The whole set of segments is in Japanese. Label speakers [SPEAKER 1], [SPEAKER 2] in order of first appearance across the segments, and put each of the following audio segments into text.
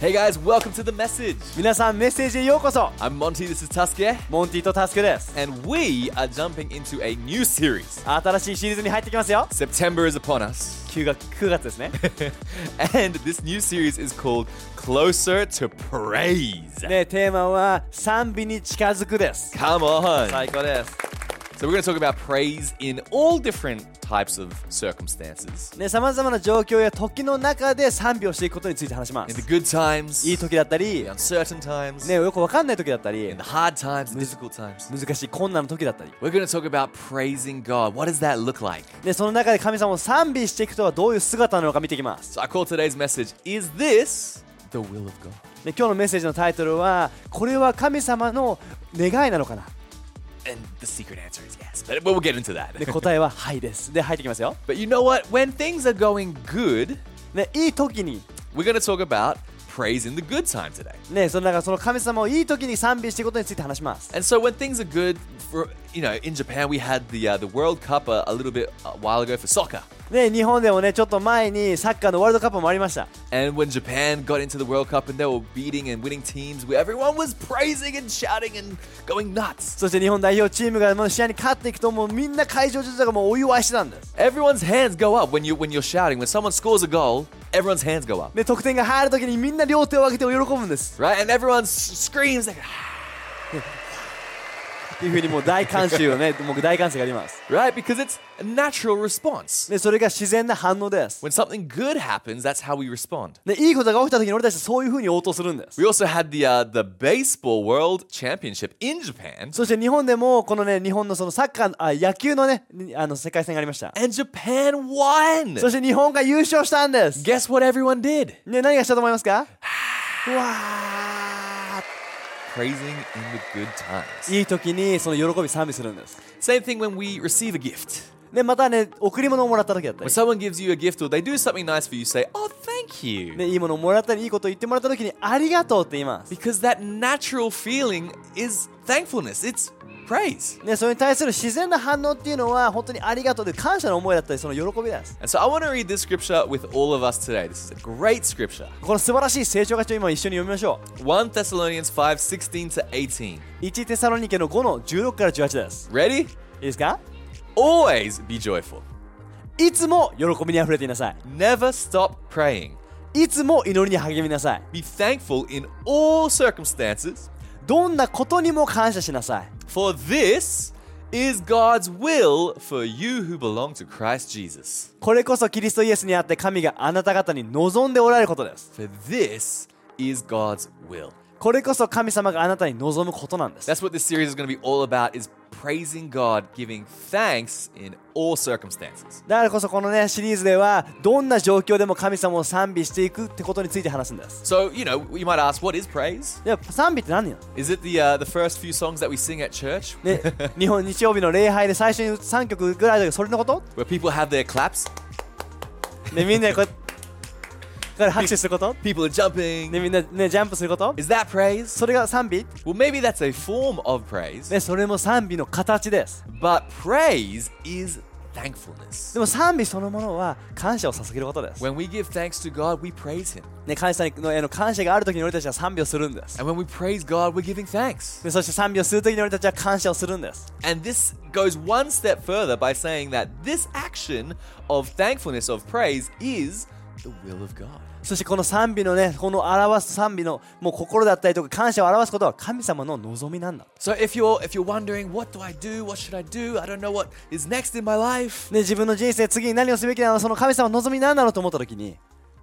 [SPEAKER 1] Hey guys, welcome to the message.
[SPEAKER 2] 皆さんメッセージへようこそ
[SPEAKER 1] I'm Monty, this is Tuske,
[SPEAKER 2] モンティとタスクです
[SPEAKER 1] and we are jumping into a new series.
[SPEAKER 2] 新しいシリーズに入ってきますよ
[SPEAKER 1] September is upon us,
[SPEAKER 2] 9月 ,9 月 ですね
[SPEAKER 1] and this new series is called Closer to Praise.
[SPEAKER 2] ねテーマは賛美に近づくです
[SPEAKER 1] Come on.
[SPEAKER 2] 最高です
[SPEAKER 1] So, we're going to talk about praise in all different types of circumstances
[SPEAKER 2] ねさまざまな状況や時の中で賛美をしていくことについて話しま
[SPEAKER 1] in the
[SPEAKER 2] す
[SPEAKER 1] good times,
[SPEAKER 2] いい
[SPEAKER 1] the
[SPEAKER 2] 時だったり
[SPEAKER 1] uncertain times,
[SPEAKER 2] ねよくわかんない時だったり
[SPEAKER 1] the hard times, the difficult times.
[SPEAKER 2] 難しい困難の時だったり
[SPEAKER 1] We're going to talk about praising God. What does that look like?
[SPEAKER 2] でその中で神様を賛美していくとはどういう姿なのか見ていきます、
[SPEAKER 1] So, I call today's message Is This the Will of God?
[SPEAKER 2] ね、今日のメッセージのタイトルはこれは神様の願いなのかな
[SPEAKER 1] And the secret answer is yes, but we'll get into that.
[SPEAKER 2] で答えははいですで入ってきますよ、
[SPEAKER 1] But you know what? When things are going good,
[SPEAKER 2] ね、いい時に
[SPEAKER 1] we're going to talk about praise in the good time today.
[SPEAKER 2] ねその中その神様をいい時に賛美していくことについて話します。
[SPEAKER 1] And so when things are good, for you know, in Japan we had the uh, the World Cup a, a little bit a while ago for soccer.
[SPEAKER 2] ね日本でもねちょっと前にサッカーのワールドカップもありました。
[SPEAKER 1] And when Japan got into the World Cup and they were beating and winning teams, where everyone was praising and shouting and going nuts.
[SPEAKER 2] そして日本代表チームがもう試合に勝っていくともうみんな会場中とかもうお祝いしてたんです。
[SPEAKER 1] Everyone's hands go up when you when you're shouting. When someone scores a goal, everyone's hands go up,
[SPEAKER 2] で得点が入る時にみんな両手を上げて喜ぶんです。
[SPEAKER 1] right? And everyone s- screams like,
[SPEAKER 2] っていうふうにもう大観衆をねもう大歓声があります。
[SPEAKER 1] right? Because it's a natural response.
[SPEAKER 2] でそれが自然な反応です。
[SPEAKER 1] When something good happens, that's how we respond.
[SPEAKER 2] でいいことが起きた時に俺たちそういうふうに応答するんです。
[SPEAKER 1] We also had the uh, the baseball world championship in Japan,
[SPEAKER 2] そして日本でもこのね日本のそのサッカーのあ野球のねにあの世界戦がありました。
[SPEAKER 1] and Japan won.
[SPEAKER 2] そして日本が優勝したんです。
[SPEAKER 1] Guess what everyone did?
[SPEAKER 2] ね何がしたと思いますか？
[SPEAKER 1] Praising in the good times.
[SPEAKER 2] いい時にその喜び賛美するんです。
[SPEAKER 1] Same thing when we receive a gift.
[SPEAKER 2] で、またね、贈り物をもらった時だったり
[SPEAKER 1] When、someone gives you a gift or they do something nice for you, say, "Oh, thank you,"
[SPEAKER 2] ね、いいものをもらったり、いいことを言ってもらった時に、ありがとうって言います。
[SPEAKER 1] because that natural feeling is thankfulness. It's praise.
[SPEAKER 2] ね、それに対する自然な反応っていうのは、本当にありがとうで感謝の思いだったり、その喜びです。
[SPEAKER 1] And so I want to read this scripture with all of us today. This is a great scripture.
[SPEAKER 2] この素晴らしい成長がちを今一緒に読みましょ
[SPEAKER 1] 1 Thessalonians 5, 16 to 18.
[SPEAKER 2] う。1テサロニケの5の16から18です。い
[SPEAKER 1] Ready?
[SPEAKER 2] いですか
[SPEAKER 1] Always be joyful.
[SPEAKER 2] いつも喜びに溢れていなさ
[SPEAKER 1] Never stop praying.
[SPEAKER 2] い。いつも祈りに励みなさい。
[SPEAKER 1] Be thankful in all circumstances,
[SPEAKER 2] どんなことにも感謝しなさい。
[SPEAKER 1] for this is God's will for you who belong to Christ Jesus.
[SPEAKER 2] これこそキリストイエスにあって神があなた方に望んでおられることです。
[SPEAKER 1] For this is God's will.
[SPEAKER 2] これこそ神様があなたに望むことなんです。
[SPEAKER 1] That's what this series is going to be all about is praising God, giving thanks in all circumstances.
[SPEAKER 2] だからこそこのねシリーズではどんな状況でも神様を賛美していくってことについて話すんです。
[SPEAKER 1] So, you know, you might ask, what is praise?
[SPEAKER 2] で賛美って何よ、
[SPEAKER 1] Is it the uh, the first few songs that we sing at church
[SPEAKER 2] ね、日本日曜日の礼拝で最初に3曲ぐらいだけどそれのこと、
[SPEAKER 1] where people have their claps,
[SPEAKER 2] ね、みんなでこうやってこれ拍手すること、
[SPEAKER 1] people are jumping?
[SPEAKER 2] ね、みんな、ね、ジャンプすること
[SPEAKER 1] Is that praise?
[SPEAKER 2] それが賛美、
[SPEAKER 1] Well, maybe that's a form of praise,
[SPEAKER 2] ね、それも賛美の形です。
[SPEAKER 1] but praise is thankfulness.
[SPEAKER 2] でも賛美そのものは感謝を捧げることです。
[SPEAKER 1] When we give thanks to God, we praise Him.
[SPEAKER 2] ね、神様のへの感謝がある時に俺たちは賛美をするんです。
[SPEAKER 1] And when we praise God, we're giving thanks.
[SPEAKER 2] でそして賛美をする時に俺たちは感謝をするんです。
[SPEAKER 1] And this goes one step further by saying that this action of thankfulness, of praise, is the will of God.
[SPEAKER 2] そしてこの賛美のね、この表す賛美のもう心だったりとか感謝を表すことは神様の望みなんだ。
[SPEAKER 1] So if you're if you're wondering, what do I do? What should I do? I don't know what is next in my life.
[SPEAKER 2] ね、自分の人生次に何をすべきなのその神様の望みなんだろうと思った時に、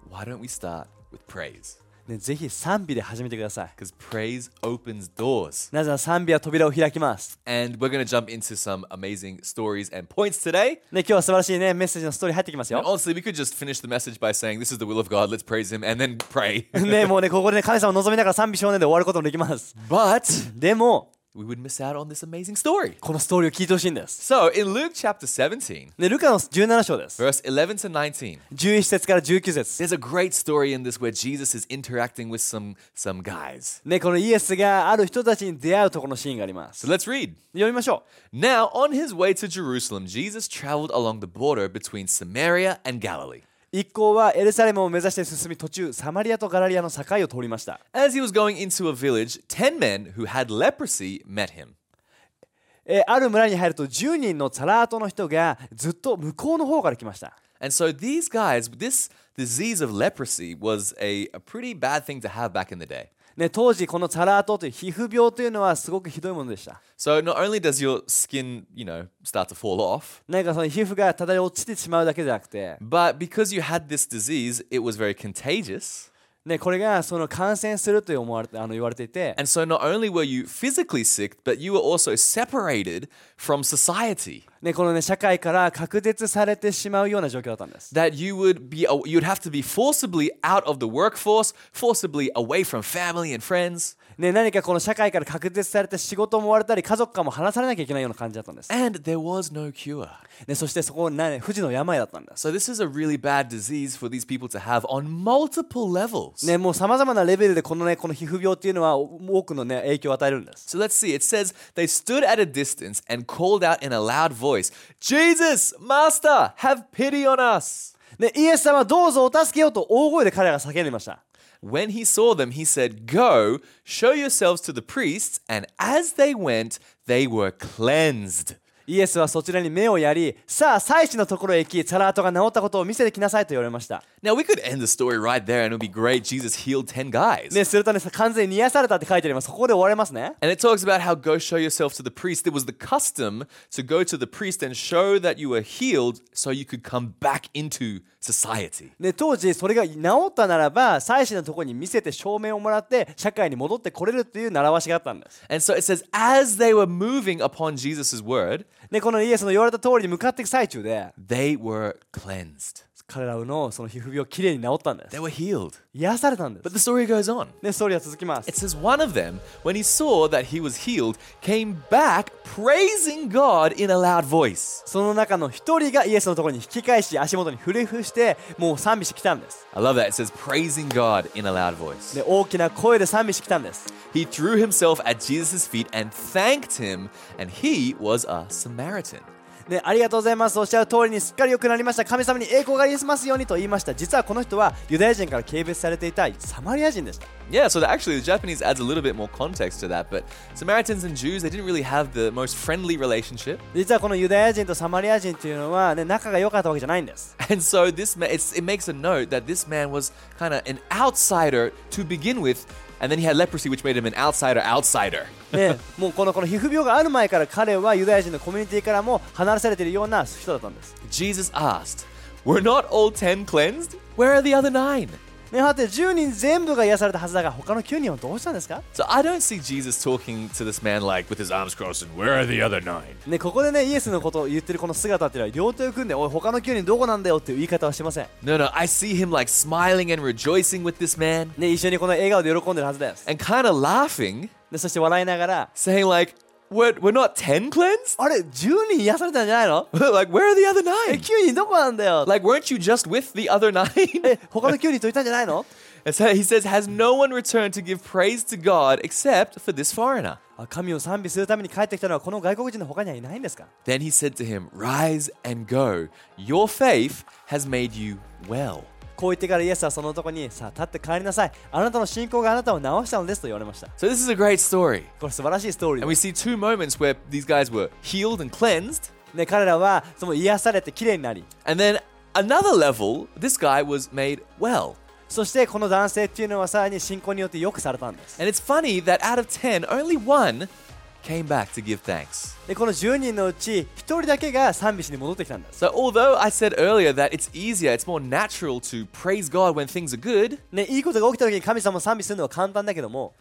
[SPEAKER 1] Why don't we start with praise?
[SPEAKER 2] ね、ぜひ賛美で始めてください。
[SPEAKER 1] Because praise opens doors.
[SPEAKER 2] なぜなら賛美は扉を開きます。
[SPEAKER 1] And we're going to jump into some amazing stories and points today.
[SPEAKER 2] ね、今日は素晴らしいね、メッセージのストーリー入ってきますよ
[SPEAKER 1] And。honestly, we could just finish the message by saying, This is the will of God, let's praise Him, and then pray.
[SPEAKER 2] ね、もうね、ここでね、神様を望みながら賛美少年で終わることもできます。
[SPEAKER 1] but
[SPEAKER 2] でも、
[SPEAKER 1] we would miss out on this amazing story.
[SPEAKER 2] このストーリーを聞いてほしいんです。
[SPEAKER 1] So, in Luke chapter 17,
[SPEAKER 2] で、ルカの17章です。
[SPEAKER 1] verse 11 to 19,
[SPEAKER 2] 11節から19節
[SPEAKER 1] there's a great story in this where Jesus is interacting with some, some guys.
[SPEAKER 2] ね、このイエスがある人たちに出会うところのシーンがあります
[SPEAKER 1] So。let's read.
[SPEAKER 2] 読みましょ
[SPEAKER 1] Now, on his way to Jerusalem, Jesus traveled along the border between Samaria and Galilee.
[SPEAKER 2] う。一行はエルサレムを目指して進み途中、サマリアとガラリアの境を通りました。
[SPEAKER 1] As he was going into a village, 10 men who had leprosy met him.
[SPEAKER 2] えーある村に入ると10人のザラートの人がずっと向こうの方から来ました。
[SPEAKER 1] And so these guys, this disease of leprosy was a, a pretty bad thing to have back in the day.
[SPEAKER 2] ね、当時このザラートという皮膚病というのはすごくひどいものでした。
[SPEAKER 1] So not only does your skin, you know, start to fall off,
[SPEAKER 2] なんかその皮膚が漂い落ちてしまうだけじゃなくて、
[SPEAKER 1] but because you had this disease, it was very contagious.
[SPEAKER 2] ね、これがその感染するという思われてあの言われていて、
[SPEAKER 1] And so not only were you physically sick, but you were also separated from society.
[SPEAKER 2] ね、このね社会から隔絶されてしまうような状況だったんです。
[SPEAKER 1] That you would be you'd have to be forcibly out of the workforce, forcibly away from family and friends.
[SPEAKER 2] ね、何かこの社会から隔絶されて仕事も追われたり家族からも離されなきゃいけないような感じだったんです。
[SPEAKER 1] And there was no cure.
[SPEAKER 2] ね、そしてそこな、ね、富士の病だったんです。
[SPEAKER 1] So this is a really bad disease for these people to have on multiple levels.
[SPEAKER 2] ね、もうさまざまなレベルでこのねこの皮膚病っていうのはお多くのね影響を与えるんです。
[SPEAKER 1] So let's see. It says they stood at a distance and called out in a loud voice, "Jesus, Master, have pity on us."
[SPEAKER 2] ね、イエス様どうぞお助けよと大声で彼らが叫んでいました。
[SPEAKER 1] When he saw them, he said, "Go, show yourselves to the priests." And as they went, they were cleansed.
[SPEAKER 2] イエスはそちらに目をやり、さあ、祭司のところへ行き、サラートが治ったことを見せてきなさいと言われました。
[SPEAKER 1] Now we could end the story right there, and it would be great. Jesus healed ten guys.
[SPEAKER 2] ね、するとね、完全に癒されたって書いてあります。ここで終われますね。
[SPEAKER 1] And it talks about how go show yourself to the priest. It was the custom to go to the priest and show that you were healed so you could come back into society.
[SPEAKER 2] ね、当時それが治ったならば祭司のところに見せて証明をもらって社会に戻ってこれるっていう習わしがあったんです。
[SPEAKER 1] And so it says, as they were moving upon Jesus' word,
[SPEAKER 2] でこのイエスの言われた通りに向かっていく最中で
[SPEAKER 1] they were cleansed.
[SPEAKER 2] 彼らのその皮膚病きれいに治ったんで
[SPEAKER 1] They
[SPEAKER 2] す。
[SPEAKER 1] were healed.
[SPEAKER 2] 癒されたんで
[SPEAKER 1] But
[SPEAKER 2] す。
[SPEAKER 1] the story goes on.
[SPEAKER 2] ね、ストーリーは続きます
[SPEAKER 1] It。says, one of them, when he saw that he was healed, came back praising God in a loud voice.
[SPEAKER 2] その中の一人がイエスのところに引き返し足元に振り伏してもう賛美してきたんです。
[SPEAKER 1] I love that. It says, praising God in a loud voice.
[SPEAKER 2] で大きな声で賛美してきたんです。
[SPEAKER 1] He threw himself at Jesus' feet and thanked him, and he was a Samaritan.
[SPEAKER 2] ね、ありがとうございます。おっしゃる通りにすっかり良くなりました。神様に栄光がありますようにと言いました。実はこの人はユダヤ人から軽蔑されていたサマリア人でした。
[SPEAKER 1] Yeah, so the- actually, the Japanese adds a little bit more context to that, but Samaritans and Jews, they didn't really have the most friendly relationship.
[SPEAKER 2] 実はこのユダヤ人とサマリア人というのは、ね、仲が良かったわけじゃないんです、
[SPEAKER 1] And so this ma- it's, it makes a note that this man was kind of an outsider to begin with, and then he had leprosy, which made him an outsider outsider.
[SPEAKER 2] ね、もうこのこの皮膚病がある前から彼はユダヤ人のコミュニティからも離されているような人だったんです、
[SPEAKER 1] Jesus asked, Were not all ten cleansed? Where are the other nine?
[SPEAKER 2] ね、はて10人全部が癒されたはずだが他の9人はどうしたんですか、
[SPEAKER 1] So I don't see Jesus talking to this man like with his arms crossed and where are the other nine?
[SPEAKER 2] ね、ここでねイエスのことを言ってるこの姿っていうのは両手を組んでおい他の9人どこなんだよっていう言い方はしてません、
[SPEAKER 1] No, no, I see him like smiling and rejoicing with this man
[SPEAKER 2] ね、一緒にこの笑顔で喜んでるはずです、
[SPEAKER 1] and kind of laughing,
[SPEAKER 2] でそして笑いながら
[SPEAKER 1] saying like, we're, we're not 10 cleansed?
[SPEAKER 2] あれ10人癒されたんじゃないの
[SPEAKER 1] like, where are the other
[SPEAKER 2] え
[SPEAKER 1] nine?
[SPEAKER 2] 9人どこなんだよ
[SPEAKER 1] Like, weren't you just with the other nine?
[SPEAKER 2] え他の9人といたんじゃないの
[SPEAKER 1] and so he says, has no one returned to give praise to God except for this foreigner?
[SPEAKER 2] あ神を賛美するために帰ってきたのはこの外国人の他にはいないんですか
[SPEAKER 1] Then he said to him, rise and go. Your faith has made you well.
[SPEAKER 2] こう言ってからイエスはその男にさあ立って帰りなさいあなたの信仰があなたを治したのですと言われました
[SPEAKER 1] So this is a great story.
[SPEAKER 2] これ素晴らしいストーリーで
[SPEAKER 1] And we see two moments where these guys were healed and cleansed.
[SPEAKER 2] す、ね、彼らはその癒されて綺麗になり
[SPEAKER 1] And then another level, this guy was made well.
[SPEAKER 2] そしてこの男性っていうのはさらに信仰によって良くされたんです
[SPEAKER 1] And it's funny that out of 10, only one came back to give thanks.
[SPEAKER 2] でこの10人のうち1人だけが賛美しに戻ってきたんです、
[SPEAKER 1] So, although I said earlier that it's easier, it's more natural to praise God when things are good,
[SPEAKER 2] ね、いいことが起きた時に神様を賛美するのは簡単だけども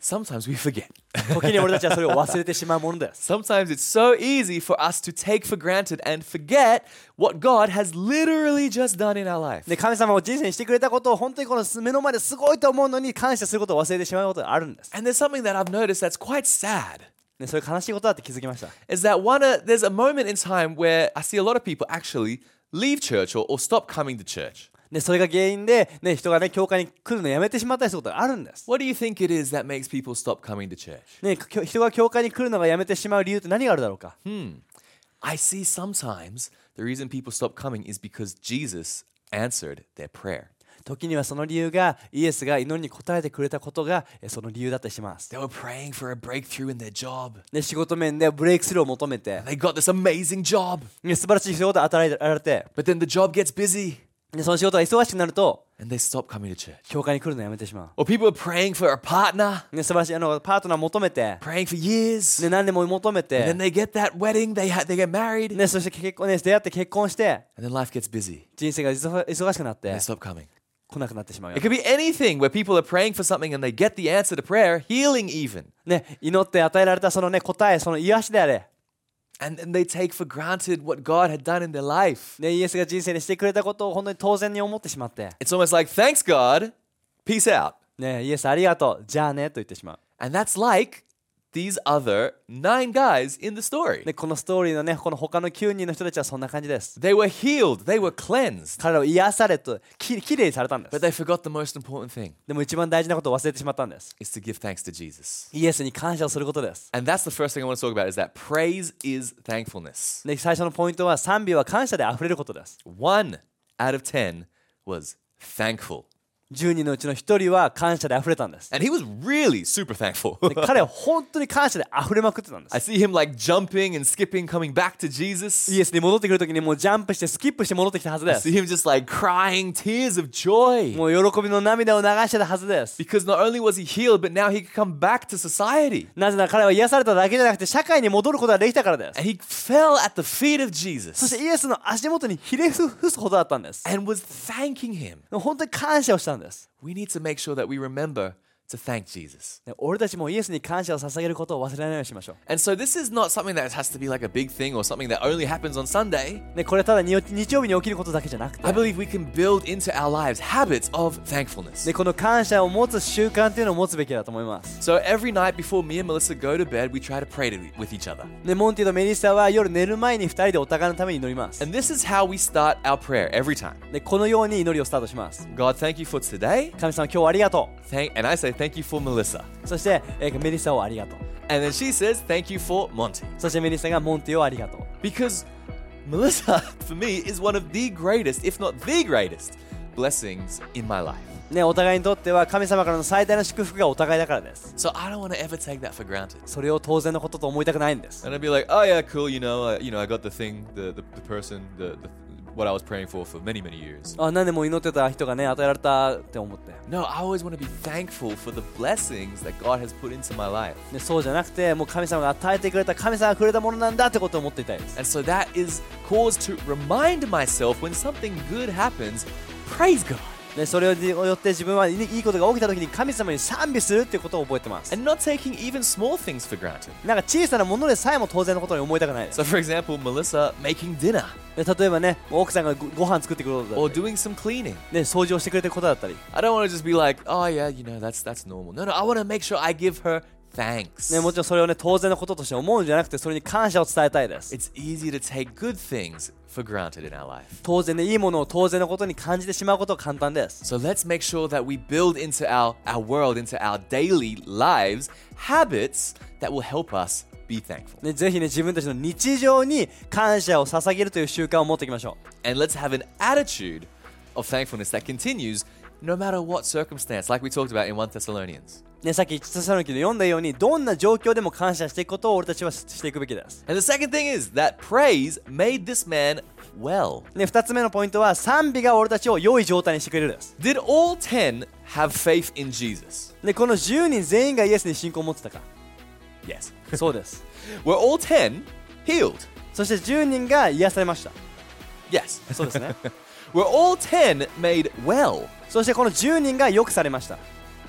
[SPEAKER 1] sometimes we forget.
[SPEAKER 2] 時に俺たちはそれを忘れてしまうものです
[SPEAKER 1] Sometimes it's so easy for us to take for granted and forget what God has literally just done in our life.
[SPEAKER 2] で神様を人生にしてくれたことを本当にこの目の前ですごいと思うのに感謝することを忘れてしまうことがあるんです
[SPEAKER 1] And there's something that I've noticed that's quite sad.
[SPEAKER 2] ね、それ悲しいことだって気づきました
[SPEAKER 1] is that one uh, there's a moment in time where I see a lot of people actually leave church or, or stop coming to church.
[SPEAKER 2] ね、それが原因で、ね、人がね、教会に来るのやめてしまったりすることがあるんです。
[SPEAKER 1] What do you think it is that makes people stop coming to church?
[SPEAKER 2] ね、きょ人が教会に来るのがやめてしまう理由って何があるだろうか、
[SPEAKER 1] I see sometimes the reason people stop coming is because Jesus answered their prayer.
[SPEAKER 2] 時にはその理由が、イエスが祈りに応えてくれたことが、えその理由だったりします。
[SPEAKER 1] They were praying for a breakthrough in their job.
[SPEAKER 2] ね、仕事面でブレイクスルーを求めて、
[SPEAKER 1] They got this amazing job,
[SPEAKER 2] ね、素晴らしい仕事を与えられて、
[SPEAKER 1] but then the job gets busy
[SPEAKER 2] ね、その仕事が忙しくなると、
[SPEAKER 1] and they stop coming to church.
[SPEAKER 2] 教会に来るのやめてしま
[SPEAKER 1] Or people are praying for a partner,
[SPEAKER 2] う。ね、素晴らしいあのパートナーを求めて、
[SPEAKER 1] praying for years,
[SPEAKER 2] ね、何年も求め
[SPEAKER 1] and
[SPEAKER 2] て
[SPEAKER 1] then、they get that wedding, they ha- they get married,
[SPEAKER 2] ね、そして結婚、ね、出会って結婚して、
[SPEAKER 1] and then life gets busy.
[SPEAKER 2] 人生が忙忙しくなって
[SPEAKER 1] They、stop coming.
[SPEAKER 2] 来なくなってしまうよ
[SPEAKER 1] It。could be anything where people are praying for something and they get the answer to prayer, healing even.
[SPEAKER 2] ね、祈って与えられたそのね、答え、その癒しであれ。
[SPEAKER 1] And, and they take for granted what God had done in their life.
[SPEAKER 2] ね、イエスが人生にしてくれたことを本当に当然に思ってしまって、
[SPEAKER 1] It's almost like, thanks God, peace out.
[SPEAKER 2] ね、イエスありがとう、じゃあねと言ってしまう。
[SPEAKER 1] And that's like these other nine guys in the story.
[SPEAKER 2] で、このストーリーのね、この他の9人の人たちはそんな感じです。
[SPEAKER 1] They were healed, they were cleansed,
[SPEAKER 2] 彼らを癒されと、ききれいにされたんで
[SPEAKER 1] but
[SPEAKER 2] す。
[SPEAKER 1] they forgot the most important thing
[SPEAKER 2] でも一番大事なことを忘れてしまったんです。
[SPEAKER 1] is to give thanks to Jesus.
[SPEAKER 2] イエスに感謝をすることです。
[SPEAKER 1] And that's the first thing I want to talk about is that praise is thankfulness.
[SPEAKER 2] で、最初のポイントは賛美は感謝で溢れることです。
[SPEAKER 1] One out of 10 was thankful.
[SPEAKER 2] 10人のうちの1人は感謝で溢れたんです。
[SPEAKER 1] And he was really super thankful.
[SPEAKER 2] で彼は本当に感謝で溢れまくってたんで
[SPEAKER 1] I
[SPEAKER 2] す。
[SPEAKER 1] see him like jumping and skipping, coming back to Jesus.
[SPEAKER 2] イエスに戻ってくるときにもうジャンプしてスキップして戻ってきたはず
[SPEAKER 1] I
[SPEAKER 2] です。
[SPEAKER 1] see him just like crying tears of joy
[SPEAKER 2] もう喜びの涙を流してたはずです。
[SPEAKER 1] because not only was he healed, but now he could come back to society.
[SPEAKER 2] なぜなら彼は癒されただけじゃなくて社会に戻ることができたからです。
[SPEAKER 1] And he fell at the feet of
[SPEAKER 2] そし
[SPEAKER 1] Jesus
[SPEAKER 2] てイエスの足元にひれ伏すほどだったんです。
[SPEAKER 1] and was thanking him.
[SPEAKER 2] 本当に感謝をしたんです。
[SPEAKER 1] We need to make sure that we remember to thank Jesus.
[SPEAKER 2] ね俺たちもイエスに感謝を捧げることを忘れないようにしましょ
[SPEAKER 1] And so this is not something that has to be like a big thing or something that only happens on Sunday.
[SPEAKER 2] う。ね、これただに日曜日に起きることだけじゃなく
[SPEAKER 1] I
[SPEAKER 2] て、
[SPEAKER 1] believe we can build into our lives habits of thankfulness.
[SPEAKER 2] ね、この感謝を持つ習慣っていうのを持つべきだと思います。
[SPEAKER 1] So every night before me and Melissa go to bed, we try to pray to, with each other.
[SPEAKER 2] ね、モンティとメリッサは夜寝る前に2人でお互いのために祈ります。
[SPEAKER 1] And this is how we start our prayer every time.
[SPEAKER 2] ね、このように祈りをスタートします。
[SPEAKER 1] God, thank you for today.
[SPEAKER 2] 神様今日はありがと
[SPEAKER 1] Thank, and I say thank you for Melissa.
[SPEAKER 2] う。そして、えーメリッサをありがとう。
[SPEAKER 1] And then she says thank you for Monty.
[SPEAKER 2] そしてメリッサがモンティをありがとう。
[SPEAKER 1] Because Melissa, for me, is one of the greatest, if not the greatest, blessings in my life.
[SPEAKER 2] ね、お互いにとっては神様からの最大の祝福がお互いだからです。
[SPEAKER 1] So I don't want to ever take that for granted.
[SPEAKER 2] それを当然のことと思いたくないんです。
[SPEAKER 1] And I'd be like, oh yeah, cool, you know, uh, you know, I got the thing, the, the, the person, the, the what I was praying for for many, many years.
[SPEAKER 2] あ何年も祈ってた人がね、与えられたって思って。
[SPEAKER 1] No, I always want to be thankful for the blessings that God has put into my life.
[SPEAKER 2] ね、そうじゃなくて、もう神様が与えてくれた、神様がくれたものなんだってことを思っていたいです。
[SPEAKER 1] And so that is cause to remind myself when something good happens, praise God.
[SPEAKER 2] ね、それによって自分はいいいことが起きた時に神様に賛美するっていうことを覚えてます。
[SPEAKER 1] And not taking even small things for granted.
[SPEAKER 2] なんか小さなものでさえも当然のことに思いたくないです。
[SPEAKER 1] So, for example, Melissa making dinner
[SPEAKER 2] ね、例えばね、もう奥さんがごご飯作ってくれることだ
[SPEAKER 1] or
[SPEAKER 2] ったり、
[SPEAKER 1] doing some cleaning.
[SPEAKER 2] ね、掃除をしてくれてることだったり、
[SPEAKER 1] I don't want to just be like, oh yeah, you know, that's that's normal. No, no, I want to make sure I give her thanks.
[SPEAKER 2] ね、もちろんそれをね、当然のこととして思うんじゃなくて、それに感謝を伝えたいです。
[SPEAKER 1] It's easy to take good things for granted in our life.
[SPEAKER 2] 当然でいいものを当然のことに感じてしまうことは簡単です。
[SPEAKER 1] So let's make sure that we build into our, our world, into our daily lives, habits that will help us be thankful.
[SPEAKER 2] ね、ぜひね、自分たちの日常に感謝を捧げるという習慣を持っていきましょ
[SPEAKER 1] And let's have an attitude of thankfulness that continues no matter what circumstance, like we talked about in 1 Thessalonians.
[SPEAKER 2] う。ね、さっき、つさのきの読んだように、どんな状況でも感謝していくことを俺たちはししていくべきです。
[SPEAKER 1] And the second thing is that praise made this man well.
[SPEAKER 2] ね、二つ目のポイントは、賛美が俺たちを良い状態にしてくれるです。
[SPEAKER 1] Did all 10 have faith in Jesus?
[SPEAKER 2] で、この10人全員がイエスに信仰を持ってたか。
[SPEAKER 1] Yes.
[SPEAKER 2] そうです。
[SPEAKER 1] Were all 10 healed?
[SPEAKER 2] そして10人が癒されました。
[SPEAKER 1] Yes.
[SPEAKER 2] そうですね。
[SPEAKER 1] Were all 10 made well?
[SPEAKER 2] そしてこの10人が良くされました。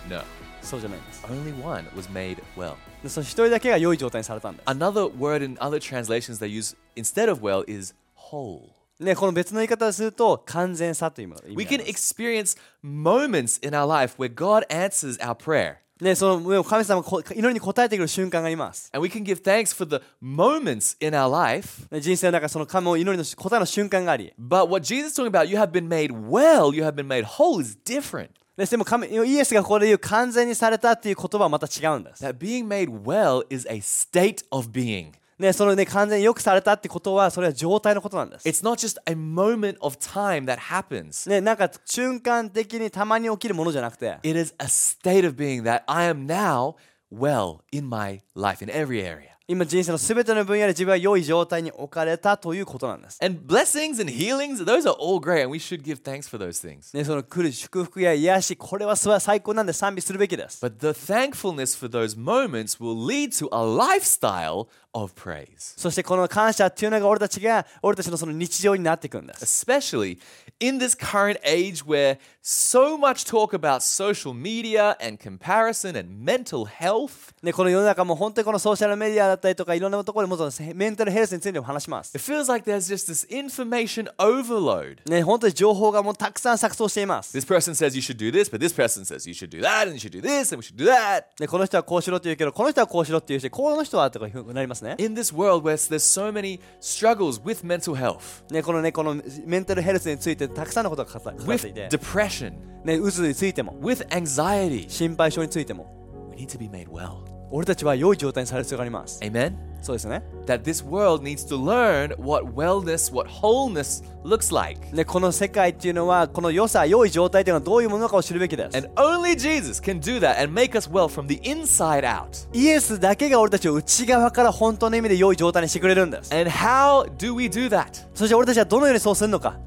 [SPEAKER 1] No.
[SPEAKER 2] そうじゃないんです。
[SPEAKER 1] Only one was made well.
[SPEAKER 2] でその1人だけが良い状態にされたんです。
[SPEAKER 1] Another word in other translations they use instead of well is whole.
[SPEAKER 2] ね、この別の言い方をすると完全さという意味
[SPEAKER 1] We
[SPEAKER 2] なん
[SPEAKER 1] can
[SPEAKER 2] です
[SPEAKER 1] experience moments in our life where God answers our prayer.
[SPEAKER 2] ね、その神様がこ祈りに応えてくる瞬間があります。
[SPEAKER 1] And we can give thanks for the moments in our life.
[SPEAKER 2] ね人生の中、その神を祈りのし答えの瞬間があり、
[SPEAKER 1] But what Jesus is talking about, you have been made well, you have been made whole, is different.
[SPEAKER 2] ねでも神イエスがここで言う完全にされたっていう言葉はまた違うんです。
[SPEAKER 1] That being made well is a state of being.
[SPEAKER 2] ね、そのね、完全によくされたってことは、それは状態のことなんです。
[SPEAKER 1] It's not just a moment of time that happens.
[SPEAKER 2] ね、なんか瞬間的にたまに起きるものじゃなくて、
[SPEAKER 1] It is a state of being that I am now well in my life, in every area.
[SPEAKER 2] 今人生の全ての分野で自分は良い状態に置かれたということなんです。
[SPEAKER 1] And blessings and healings, those are all great, and we should give thanks for those things.
[SPEAKER 2] ね、その来る祝福や癒し、これはすば最高なんで賛美するべきです。
[SPEAKER 1] But the thankfulness for those moments will lead to a lifestyle of praise,
[SPEAKER 2] そしてこの感謝っていうのが俺たちが、俺たちのその日常になっていくんです。
[SPEAKER 1] especially in this current age where so much talk about social media and comparison and mental health.
[SPEAKER 2] ね、この世の中も本当にこのソーシャルメディアだったりとか、いろんなところでもそのメンタルヘルスについても話します。
[SPEAKER 1] It feels like there's just this information overload.
[SPEAKER 2] ね、本当に情報がもうたくさん錯綜しています。
[SPEAKER 1] This person says you should do this, but this person says you should do that, and you should do this, and we should do that.
[SPEAKER 2] でこの人はこうしろって言うけどこの人はこうしろって言うしこの人はとかいうふうになりますね
[SPEAKER 1] In this world where there's so many struggles with mental health,
[SPEAKER 2] ねこのねこのメンタルヘルスについてたくさんのことが語語ってい
[SPEAKER 1] with
[SPEAKER 2] て
[SPEAKER 1] depression,
[SPEAKER 2] ねうつについても
[SPEAKER 1] with anxiety.
[SPEAKER 2] 心配症についても
[SPEAKER 1] We need to be made well.
[SPEAKER 2] 俺たちは良い状態にされる必要があります
[SPEAKER 1] Amen?
[SPEAKER 2] そうですね
[SPEAKER 1] that this world needs to learn what wellness, what wholeness looks like.
[SPEAKER 2] ねこの世界っていうのはこの良さ良い状態っていうのはどういうものかを知るべきです
[SPEAKER 1] And only Jesus can do that and make us well from the inside out.
[SPEAKER 2] イエスだけが俺たちを内側から本当の意味で良い状態にしてくれるんです
[SPEAKER 1] And how do we do that?
[SPEAKER 2] そして俺たちはどのようにそうするのか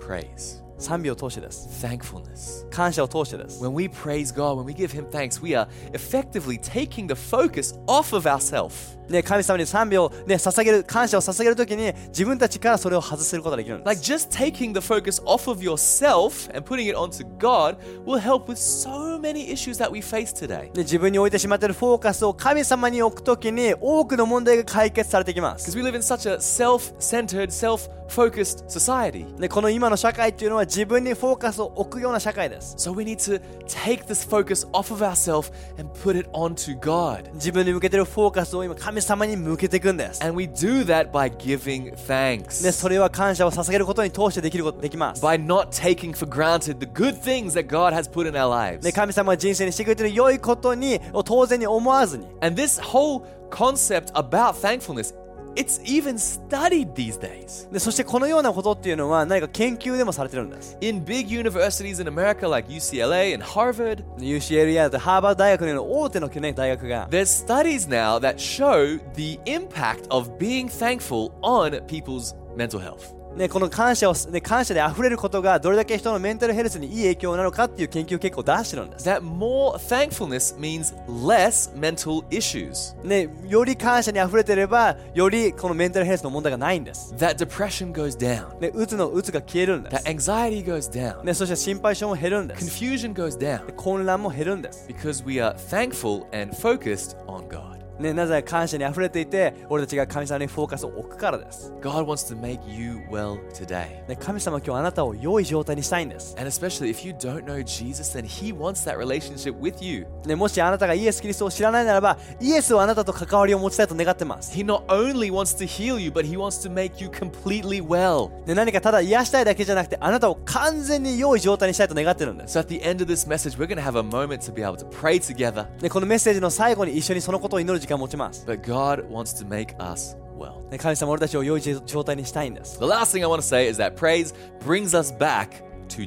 [SPEAKER 1] Praise,
[SPEAKER 2] 賛美を通してです
[SPEAKER 1] thankfulness.
[SPEAKER 2] 感謝を通してです
[SPEAKER 1] When we praise God, when we give Him thanks, we are effectively taking the focus off of ourselves.
[SPEAKER 2] ね、神様に賛美を、ね、捧げる感謝を捧げるときに自分たちからそれを外すことができるんです
[SPEAKER 1] Like just taking the focus off of yourself and putting it onto God will help with so many issues that we face today.
[SPEAKER 2] で自分に置いてしまっているフォーカスを神様に置くときに多くの問題が解決されてきます
[SPEAKER 1] Because we live in such a self centered, self focused society.
[SPEAKER 2] でこの今の社会っていうのは自分にフォーカスを置くような社会です
[SPEAKER 1] So we need to take this focus off of ourselves and put it onto God.
[SPEAKER 2] 自分に向けてるフォーカスを今神様に向けていくんです
[SPEAKER 1] And we do that by giving
[SPEAKER 2] で
[SPEAKER 1] thanks.
[SPEAKER 2] それは感謝を捧げることに通してできることできます
[SPEAKER 1] By not taking for granted the good things that God has put in our lives.
[SPEAKER 2] で神様が人生にしてくれてる良いことにを当然に思わずに
[SPEAKER 1] And this whole concept about thankfulness, it's even studied these days.
[SPEAKER 2] でそしてこのようなことっていうのは何か研究でもされてるんです
[SPEAKER 1] In big universities in America like UCLA and Harvard,
[SPEAKER 2] UCLA だってハーバード大学のような大手のね大学が
[SPEAKER 1] there's studies now that show the impact of being thankful on people's mental health.
[SPEAKER 2] ね、この感謝を、ね、感謝で溢れることがどれだけ人のメンタルヘルスにいい影響なのかっていう研究を結構出してるんです、
[SPEAKER 1] that more thankfulness means less mental issues.
[SPEAKER 2] ね、より感謝に溢れてればよりこのメンタルヘルスの問題がないんです、
[SPEAKER 1] That depression goes down.
[SPEAKER 2] ね、うつのうつが消えるんで
[SPEAKER 1] That
[SPEAKER 2] す、
[SPEAKER 1] anxiety goes down.
[SPEAKER 2] ね、そして心配症も減るんです、
[SPEAKER 1] Confusion goes down.
[SPEAKER 2] 混乱も減るんです、
[SPEAKER 1] Because we are thankful and focused on God.
[SPEAKER 2] ね、なぜなら感謝に溢れていて俺たちが神様にフォーカスを置くからです、
[SPEAKER 1] God wants to make you well today.
[SPEAKER 2] ね、神様は今日あなたを良い状態にしたいんです、
[SPEAKER 1] And especially if you don't know Jesus, then He wants that relationship with you.
[SPEAKER 2] ね、もしあなたがイエス・キリストを知らないならばイエスはあなたと関わりを持ちたいと願ってます、
[SPEAKER 1] He not only wants to heal you, but He wants to make you completely well.
[SPEAKER 2] ね、何かただ癒したいだけじゃなくてあなたを完全に良い状態にしたいと願ってるんです
[SPEAKER 1] So at the end of this message, we're going to have a moment to be able to pray together.
[SPEAKER 2] でこのメッセージの最後に一緒にそのことを祈る時間を持ちます。
[SPEAKER 1] But God wants to make us well.
[SPEAKER 2] ね神様、俺たちを良い状態にしたいんです。
[SPEAKER 1] The last thing I want to say is that praise brings us back to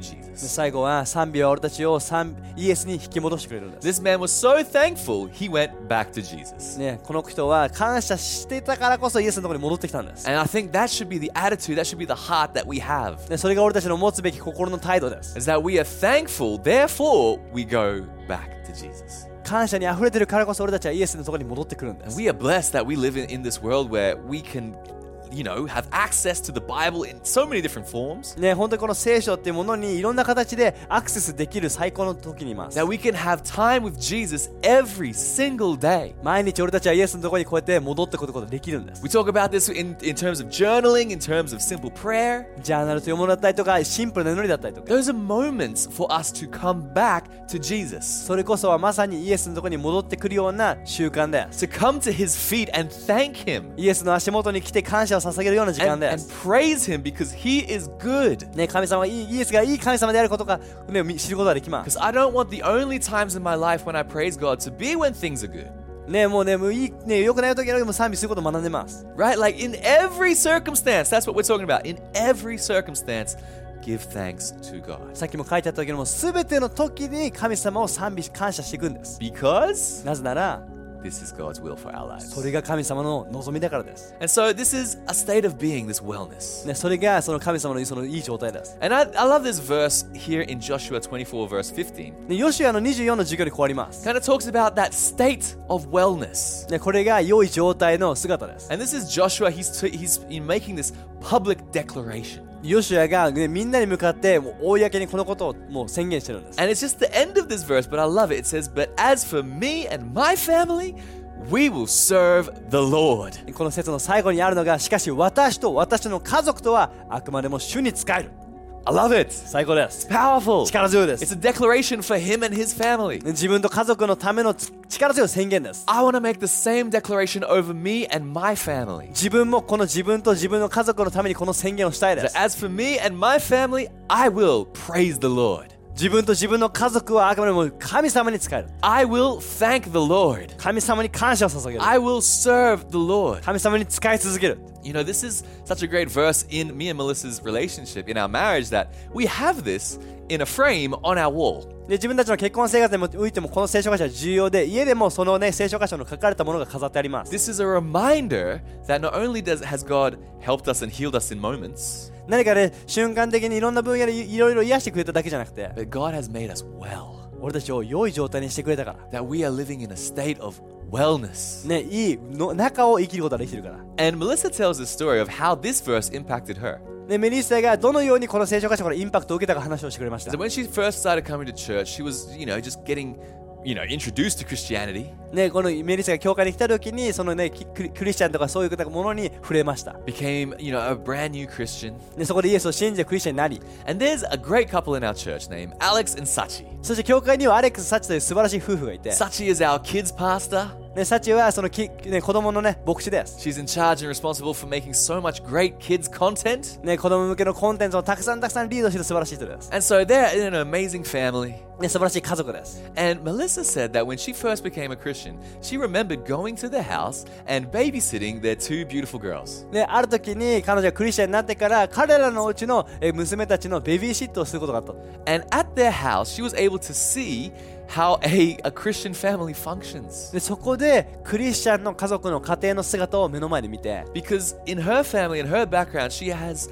[SPEAKER 2] で
[SPEAKER 1] Jesus.
[SPEAKER 2] 最後は賛美は俺たちを賛イエスに引き戻してくれるんです。
[SPEAKER 1] This man was so thankful he went back to Jesus.
[SPEAKER 2] ね、この人は感謝してたからこそイエスのところに戻ってきたんです。
[SPEAKER 1] And I think that should be the attitude, that should be the heart that we have.
[SPEAKER 2] でそれが俺たちの持つべき心の態度です。
[SPEAKER 1] Is that we are thankful, therefore we go back to Jesus.
[SPEAKER 2] 感謝に溢れてるからこそ俺たちはイエスのところに戻ってくるんで
[SPEAKER 1] And
[SPEAKER 2] す。
[SPEAKER 1] we are blessed that we live in, in this world where we can you know, have access to the Bible in so many different forms,
[SPEAKER 2] ね、本当にこの聖書っていうものにいろんな形でアクセスできる最高の時にいます
[SPEAKER 1] that。we can have time with Jesus every single day.
[SPEAKER 2] 毎日俺たちはイエスのところにこうやって戻ってくることができるんです
[SPEAKER 1] We。talk about this in, in terms of journaling, in terms of simple prayer.
[SPEAKER 2] ジャーナルというものだったりとか、シンプルな祈りだったりとか、
[SPEAKER 1] Those are moments for us to come back to Jesus,
[SPEAKER 2] それこそはまさにイエスのところに戻ってくるような習慣です。
[SPEAKER 1] to come to his feet and thank him
[SPEAKER 2] イエスの足元に来て感謝を捧げるような時間
[SPEAKER 1] and,
[SPEAKER 2] で
[SPEAKER 1] and
[SPEAKER 2] す。
[SPEAKER 1] praise him because he is good.
[SPEAKER 2] ね、神様はいい、イエスがいい神様であることが、ね、み知ることができます。
[SPEAKER 1] Because I don't want the only times in my life when I praise God to be when things are good.
[SPEAKER 2] ねもうねもういいね良くない時あるけども賛美することを学んでます
[SPEAKER 1] Right? Like in every circumstance, that's what we're talking about. In every circumstance, give thanks to God.
[SPEAKER 2] さっきも書いてあったけども全ての時に神様を賛美し感謝していくんです
[SPEAKER 1] Because
[SPEAKER 2] なぜなら
[SPEAKER 1] this is God's will for our
[SPEAKER 2] そ
[SPEAKER 1] lives.
[SPEAKER 2] れが神様の望みだからです、
[SPEAKER 1] And so this is a state of being, this wellness.
[SPEAKER 2] ね、それがその神様のそのいい状態です、
[SPEAKER 1] And I, I love this verse here in Joshua 24, verse 15.
[SPEAKER 2] ね、ヨシュアの24の授業でこうあります、
[SPEAKER 1] Kind of talks about that state of wellness.
[SPEAKER 2] ね、これが良い状態の姿です
[SPEAKER 1] And this is Joshua, he's, t- he's making this public declaration.
[SPEAKER 2] ヨシュアが、ね、みんなに向かってもう公にこのことをもう宣言してるんです
[SPEAKER 1] And it's just the end of this verse, but I love it. It says, But as for me and my family, we will serve the Lord.
[SPEAKER 2] この説の最後にあるのがしかし私と私の家族とはあくまでも主に仕える
[SPEAKER 1] I love it.
[SPEAKER 2] 最高です
[SPEAKER 1] Powerful.
[SPEAKER 2] 力強いです
[SPEAKER 1] It's a declaration for him and his family.
[SPEAKER 2] 自分と家族のためのつ力強い宣言です
[SPEAKER 1] I want to make the same declaration over me and my family.
[SPEAKER 2] 自分もこの自分と自分の家族のためにこの宣言をしたいで
[SPEAKER 1] That
[SPEAKER 2] す
[SPEAKER 1] as for me and my family, I will praise the Lord.
[SPEAKER 2] 自分と自分の家族はあくまでも神様に使える
[SPEAKER 1] I will thank the Lord.
[SPEAKER 2] 神様に感謝を捧げる
[SPEAKER 1] I will serve the Lord.
[SPEAKER 2] 神様に使い続ける
[SPEAKER 1] You know, this is such a great verse in me and Melissa's relationship, in our marriage, that we have this in a frame on our wall.
[SPEAKER 2] で自分たちの結婚生活においてもこの聖書箇所は重要で家でもそのね聖書箇所の書かれたものが飾ってあります
[SPEAKER 1] This is a reminder that not only does has God helped us and healed us in moments,
[SPEAKER 2] 何かね瞬間的にいろんな分野でいいろいろ癒してくれただけじゃなくて
[SPEAKER 1] but God has made us well.
[SPEAKER 2] 俺たちを良い状態にしてくれたから
[SPEAKER 1] That we are living in a state of wellness.
[SPEAKER 2] ねいいの中を生きることができてるから
[SPEAKER 1] And Melissa tells the story of how this verse impacted her.
[SPEAKER 2] でメリッサがどのようにこの聖書箇所からインパクトを受けたか話をしてくれました
[SPEAKER 1] So when she first started coming to church, she was, you know, just getting, you know, introduced to Christianity,
[SPEAKER 2] ね、このメリッサが教会に来た時にその、ね、キクリクリスチャンとかそういうものに触れました
[SPEAKER 1] became, you know, a brand new Christian.
[SPEAKER 2] でそこでイエスを信じてクリスチャンになり
[SPEAKER 1] And there's a great couple in our church named Alex and Sachi.
[SPEAKER 2] そして教会にはアレックス・サチという素晴らしい夫婦がいて、
[SPEAKER 1] Sachi is our kids pastor.
[SPEAKER 2] ね、サチはそのき、ね、子供の、ね、牧師です、
[SPEAKER 1] She's in charge and responsible for making so much great kids content.
[SPEAKER 2] ね、子供向けのコンテンツをたくさんたくさんリードしてる素晴らしい人です、
[SPEAKER 1] And so they're in an amazing family.
[SPEAKER 2] ね、素晴らしい家族です、
[SPEAKER 1] And Melissa said that when she first became a Christian, she remembered going to their house and babysitting their two beautiful girls.
[SPEAKER 2] ね、ある時に彼女がクリスチャンになってから彼らのうちのえ娘たちのベビーシットをすることがあった、
[SPEAKER 1] And at their house, she was able to see how a, a Christian family functions.
[SPEAKER 2] でそこでクリスチャンの家族の家庭の姿を目の前で見て
[SPEAKER 1] Because in her family, in her background, she has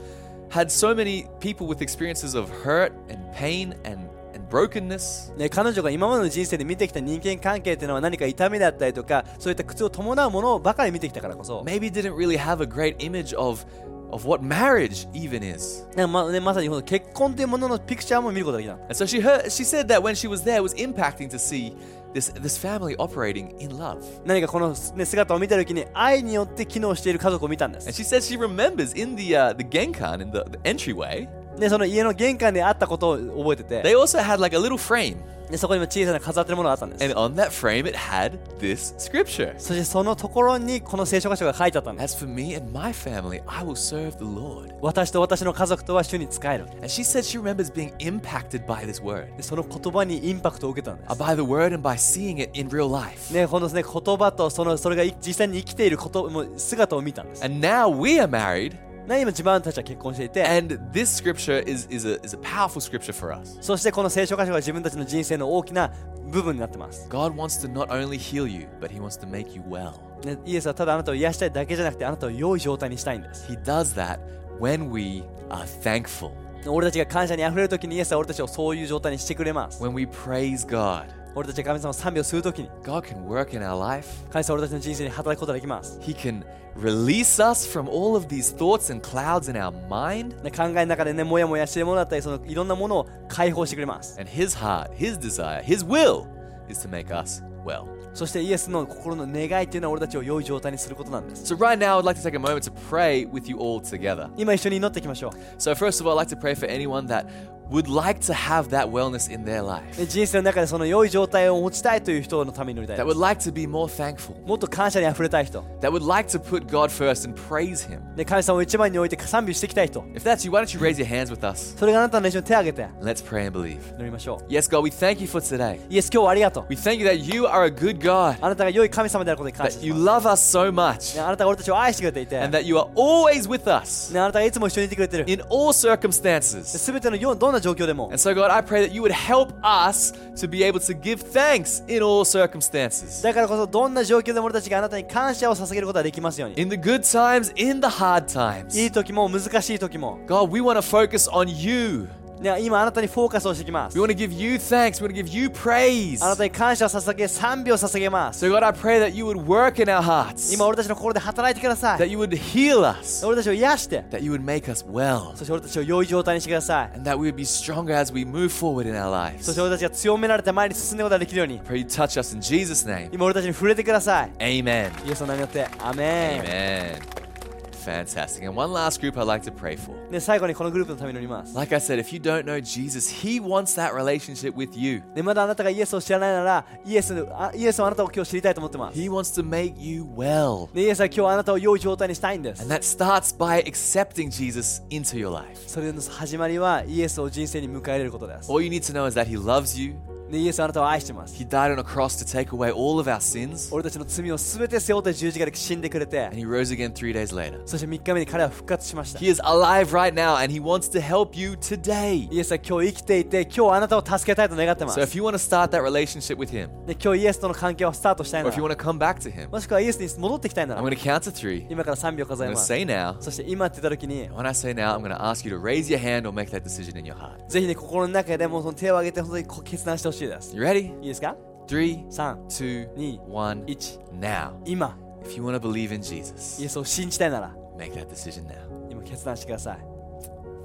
[SPEAKER 1] had so many people with experiences of hurt and pain and, and brokenness.
[SPEAKER 2] ね、彼女が今までの人生で見てきた人間関係っていうのは何か痛みだったりとかそういった苦痛を伴うものばかり見てきたからこそ、ね
[SPEAKER 1] Maybe didn't really have a great image of, of what marriage even is.
[SPEAKER 2] まねまさにこの結婚というもののピクチャーも見ることができたの
[SPEAKER 1] And so she heard, she said that when she was there, it was impacting to see this this family operating in love.
[SPEAKER 2] 何かこの、ね、姿を見た時に愛によって機能している家族を見たんで
[SPEAKER 1] And
[SPEAKER 2] す
[SPEAKER 1] she says she remembers in the uh, the genkan in the, the entryway,
[SPEAKER 2] でその家の玄関であったことを覚えてて
[SPEAKER 1] they also had like a little frame,
[SPEAKER 2] でそこにも小さな飾ってるものがあったんです
[SPEAKER 1] and on that frame it had this scripture.
[SPEAKER 2] そしてそのところにこの聖書箇所が書いてあったんです
[SPEAKER 1] As for me and my family, I will serve the Lord.
[SPEAKER 2] 私と私の家族とは主に仕える
[SPEAKER 1] And she said she remembers being impacted by this word,
[SPEAKER 2] でその言葉にインパクトを受けたんで
[SPEAKER 1] uh,
[SPEAKER 2] す
[SPEAKER 1] by the word and by seeing it in real life.
[SPEAKER 2] ね、このね言葉とそのそれがい実際に生きていることもう姿を見たんです。
[SPEAKER 1] And now we are married,
[SPEAKER 2] ね、今自分たちは結婚していて、
[SPEAKER 1] and this scripture is is a is a powerful scripture for us.
[SPEAKER 2] そしてこの聖書箇所が自分たちの人生の大きな部分になってます。
[SPEAKER 1] God wants to not only heal you, but He wants to make you well.
[SPEAKER 2] ねイエスはただあなたを癒したいだけじゃなくてあなたを良い状態にしたいんです。
[SPEAKER 1] He does that when we are thankful,
[SPEAKER 2] 俺たちが感謝にあふれる時にイエスは俺たちをそういう状態にしてくれます。
[SPEAKER 1] when we praise God,
[SPEAKER 2] 俺たちが神様を賛美をするときに
[SPEAKER 1] God can work in our life.
[SPEAKER 2] 神様は俺たちの人生に働くことができます
[SPEAKER 1] He can release us from all of these thoughts and clouds in our mind.
[SPEAKER 2] ね考えの中でねもやもやしてるものだったりそのいろんなものを解放してくれます
[SPEAKER 1] And His heart, His desire, His will is to make us well.
[SPEAKER 2] そしてイエスの心の願いっていうのは俺たちを良い状態にすることなんです
[SPEAKER 1] So, right now, I'd like to take a moment to pray with you all together.
[SPEAKER 2] 今一緒に祈っていきましょう
[SPEAKER 1] So, first of all, I'd like to pray for anyone that would like to have that wellness in their life,
[SPEAKER 2] で人生の中でその良い状態を持ちたいという人のために祈りたい
[SPEAKER 1] that
[SPEAKER 2] で
[SPEAKER 1] would
[SPEAKER 2] す
[SPEAKER 1] like to be more thankful,
[SPEAKER 2] もっと感謝に溢れたい人
[SPEAKER 1] that would like to put God first and praise Him.
[SPEAKER 2] で神様を一番に置いて賛美していきたい人
[SPEAKER 1] If that's you, why don't you raise your hands with us?
[SPEAKER 2] それがあなたの一緒に手を挙げて
[SPEAKER 1] Let's pray and believe.
[SPEAKER 2] 祈りましょう
[SPEAKER 1] Yes, God, we thank you for today.
[SPEAKER 2] イエス今日はありがとう
[SPEAKER 1] We thank you that you are a good God,
[SPEAKER 2] あなたが良い神様であることに感謝
[SPEAKER 1] that
[SPEAKER 2] しま
[SPEAKER 1] you
[SPEAKER 2] す
[SPEAKER 1] love us so much,
[SPEAKER 2] ねあなたが俺たちを愛してくれていて、
[SPEAKER 1] and
[SPEAKER 2] ね
[SPEAKER 1] that you are always with us
[SPEAKER 2] あなたがいつも一緒にいてくれてる
[SPEAKER 1] in all circumstances.
[SPEAKER 2] すべてのよどんな状況でも
[SPEAKER 1] And so, God, I pray that you would help us to be able to give thanks in all circumstances.
[SPEAKER 2] だからこそどんな状況でも俺たちがあなたに感謝を捧げることができますように
[SPEAKER 1] In the good times, in the hard times.
[SPEAKER 2] いい時も難しい時も
[SPEAKER 1] God, we want to focus on you.
[SPEAKER 2] ね、今あなたにフォーカスをしていきます
[SPEAKER 1] We。want to give you thanks. We want to give you praise.
[SPEAKER 2] あなたに感謝を捧げ、賛美を捧げます。
[SPEAKER 1] So, God, I pray that you would work in our hearts,
[SPEAKER 2] 今俺たちの心で働いてください
[SPEAKER 1] that。you would heal us,
[SPEAKER 2] 俺たちを癒して、
[SPEAKER 1] that you would make us well,
[SPEAKER 2] そして俺たちを良い状態にしてください。
[SPEAKER 1] and that we would be stronger as we move forward in our
[SPEAKER 2] そし
[SPEAKER 1] lives.
[SPEAKER 2] て俺たちが強められて前に進んでいくことができるように、
[SPEAKER 1] Pray you touch us in Jesus' name.
[SPEAKER 2] 今俺たちに触れてください。
[SPEAKER 1] Amen.
[SPEAKER 2] イエスの名によって、アメン。
[SPEAKER 1] Amen. Fantastic. And one last group I'd like to pray for.
[SPEAKER 2] ね、最後にこのグループのために祈ります。
[SPEAKER 1] Like I said, if you don't know Jesus, He wants that relationship with you.
[SPEAKER 2] ね、まだあなたがイエスを知らないなら、イエスあイエスはあなたを今日知りたいと思ってます。
[SPEAKER 1] He wants to make you well.
[SPEAKER 2] ね、イエスは今日あなたを良い状態にしたいんで
[SPEAKER 1] And
[SPEAKER 2] す。
[SPEAKER 1] that starts by accepting Jesus into your life.
[SPEAKER 2] それの始まりはイエスを人生に迎え入れることです。
[SPEAKER 1] All you need to know is that He loves you.
[SPEAKER 2] ね、イエスはあなたを愛してます。
[SPEAKER 1] He died on a cross to take away all of our sins.
[SPEAKER 2] 俺たちの罪を全て背負って十字架で死んでくれて
[SPEAKER 1] And、He rose again three days later.
[SPEAKER 2] そして3日目に彼は復活しました。
[SPEAKER 1] He is alive right now and He wants to help you today.
[SPEAKER 2] イエスは今日生きていて、今日あなたを助けたいと願ってます。
[SPEAKER 1] So if you want to start that relationship with Him,
[SPEAKER 2] で今日イエスとの関係をスタートしたい
[SPEAKER 1] or
[SPEAKER 2] な
[SPEAKER 1] if you
[SPEAKER 2] ら、
[SPEAKER 1] want to come back to Him,
[SPEAKER 2] もしくはイエスに戻ってきたいな
[SPEAKER 1] I'm
[SPEAKER 2] ら、
[SPEAKER 1] going to count to three.
[SPEAKER 2] 今から3秒数え
[SPEAKER 1] I'm going
[SPEAKER 2] ま
[SPEAKER 1] to
[SPEAKER 2] す。
[SPEAKER 1] say now.
[SPEAKER 2] そして今って言った時に、
[SPEAKER 1] When I say now, I'm going to ask you to raise your hand or make that decision in your heart.
[SPEAKER 2] ぜひね、心の中でもうその手を挙げて本当にこう決断してほしいです。い
[SPEAKER 1] You ready?
[SPEAKER 2] いですか
[SPEAKER 1] Three,
[SPEAKER 2] 3、
[SPEAKER 1] two,
[SPEAKER 2] Ni.
[SPEAKER 1] one.
[SPEAKER 2] Ich.
[SPEAKER 1] Now,
[SPEAKER 2] 今、
[SPEAKER 1] if you want to believe in
[SPEAKER 2] イエ
[SPEAKER 1] Jesus,
[SPEAKER 2] スを信じたいなら、
[SPEAKER 1] make that decision now.
[SPEAKER 2] 今決断してください。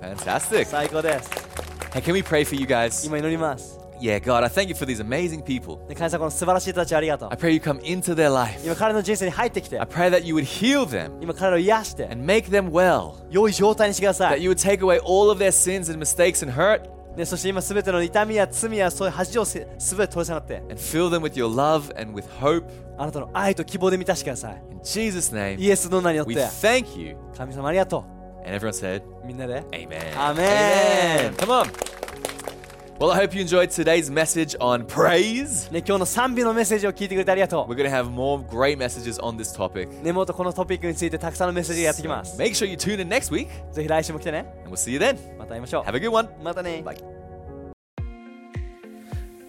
[SPEAKER 1] Fantastic.
[SPEAKER 2] 最高です。
[SPEAKER 1] Hey, can we pray for you guys?
[SPEAKER 2] 今祈ります。
[SPEAKER 1] Yeah, God, I thank you for these amazing people.
[SPEAKER 2] で神様、この素晴らしい人たちをありがとう
[SPEAKER 1] I。pray you come into their life.
[SPEAKER 2] 今彼の人生に入ってきて
[SPEAKER 1] I、pray that you would heal them
[SPEAKER 2] 今彼らを癒して、
[SPEAKER 1] and make them well.
[SPEAKER 2] 良い状態にしてくださ
[SPEAKER 1] That
[SPEAKER 2] い。
[SPEAKER 1] you would take away all of their sins and mistakes and hurt
[SPEAKER 2] ね、そして今すべての痛みや罪やそういう恥をせすべて取り去って、
[SPEAKER 1] and fill them with your love and with hope.
[SPEAKER 2] あなたの愛と希望で満たしてください。
[SPEAKER 1] In Jesus'
[SPEAKER 2] イ
[SPEAKER 1] name,
[SPEAKER 2] エスの名によっ
[SPEAKER 1] we
[SPEAKER 2] て、
[SPEAKER 1] thank you.
[SPEAKER 2] 神様ありがと
[SPEAKER 1] And everyone said,
[SPEAKER 2] う。みんなで。
[SPEAKER 1] Amen.
[SPEAKER 2] Amen.
[SPEAKER 1] Come on. Well, I hope you enjoyed today's message on praise.
[SPEAKER 2] ね、今日の賛美のメッセージを聞いてくれてありがと
[SPEAKER 1] We're going to have more great messages on this topic.
[SPEAKER 2] う。ね、もっとこのトピックについてたくさんのメッセージやってきます。
[SPEAKER 1] Make sure you tune in next week,
[SPEAKER 2] ぜひ来週も来てね。
[SPEAKER 1] and we'll see you then.
[SPEAKER 2] また会いましょ
[SPEAKER 1] Have a good one.
[SPEAKER 2] う。またね。
[SPEAKER 1] Bye.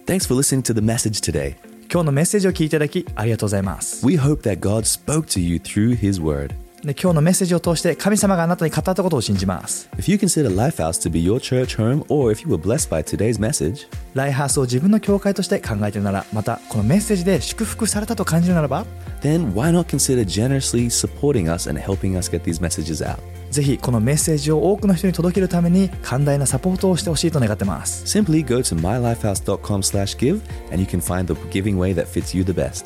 [SPEAKER 3] Thanks for listening to the message today.
[SPEAKER 4] 今日のメッセージを聞いていただきありがとうございます。
[SPEAKER 3] We hope that God spoke to you through His Word.
[SPEAKER 4] で今日のメッセージを通して神様があなたに語ったことを信じます。
[SPEAKER 3] If you consider Lifehouse to be your church home, or if you were blessed by today's message,
[SPEAKER 4] ライハースを自分の教会として考えているなら、またこのメッセージで祝福されたと感じるならば、
[SPEAKER 3] then why not consider generously supporting us and helping us get these messages out?
[SPEAKER 4] ぜひこのメッセージを多くの人に届けるために寛大なサポートをしてほしいと願ってます。
[SPEAKER 3] Simply go to mylifehouse.com/give and you can find the giving way that fits you the best.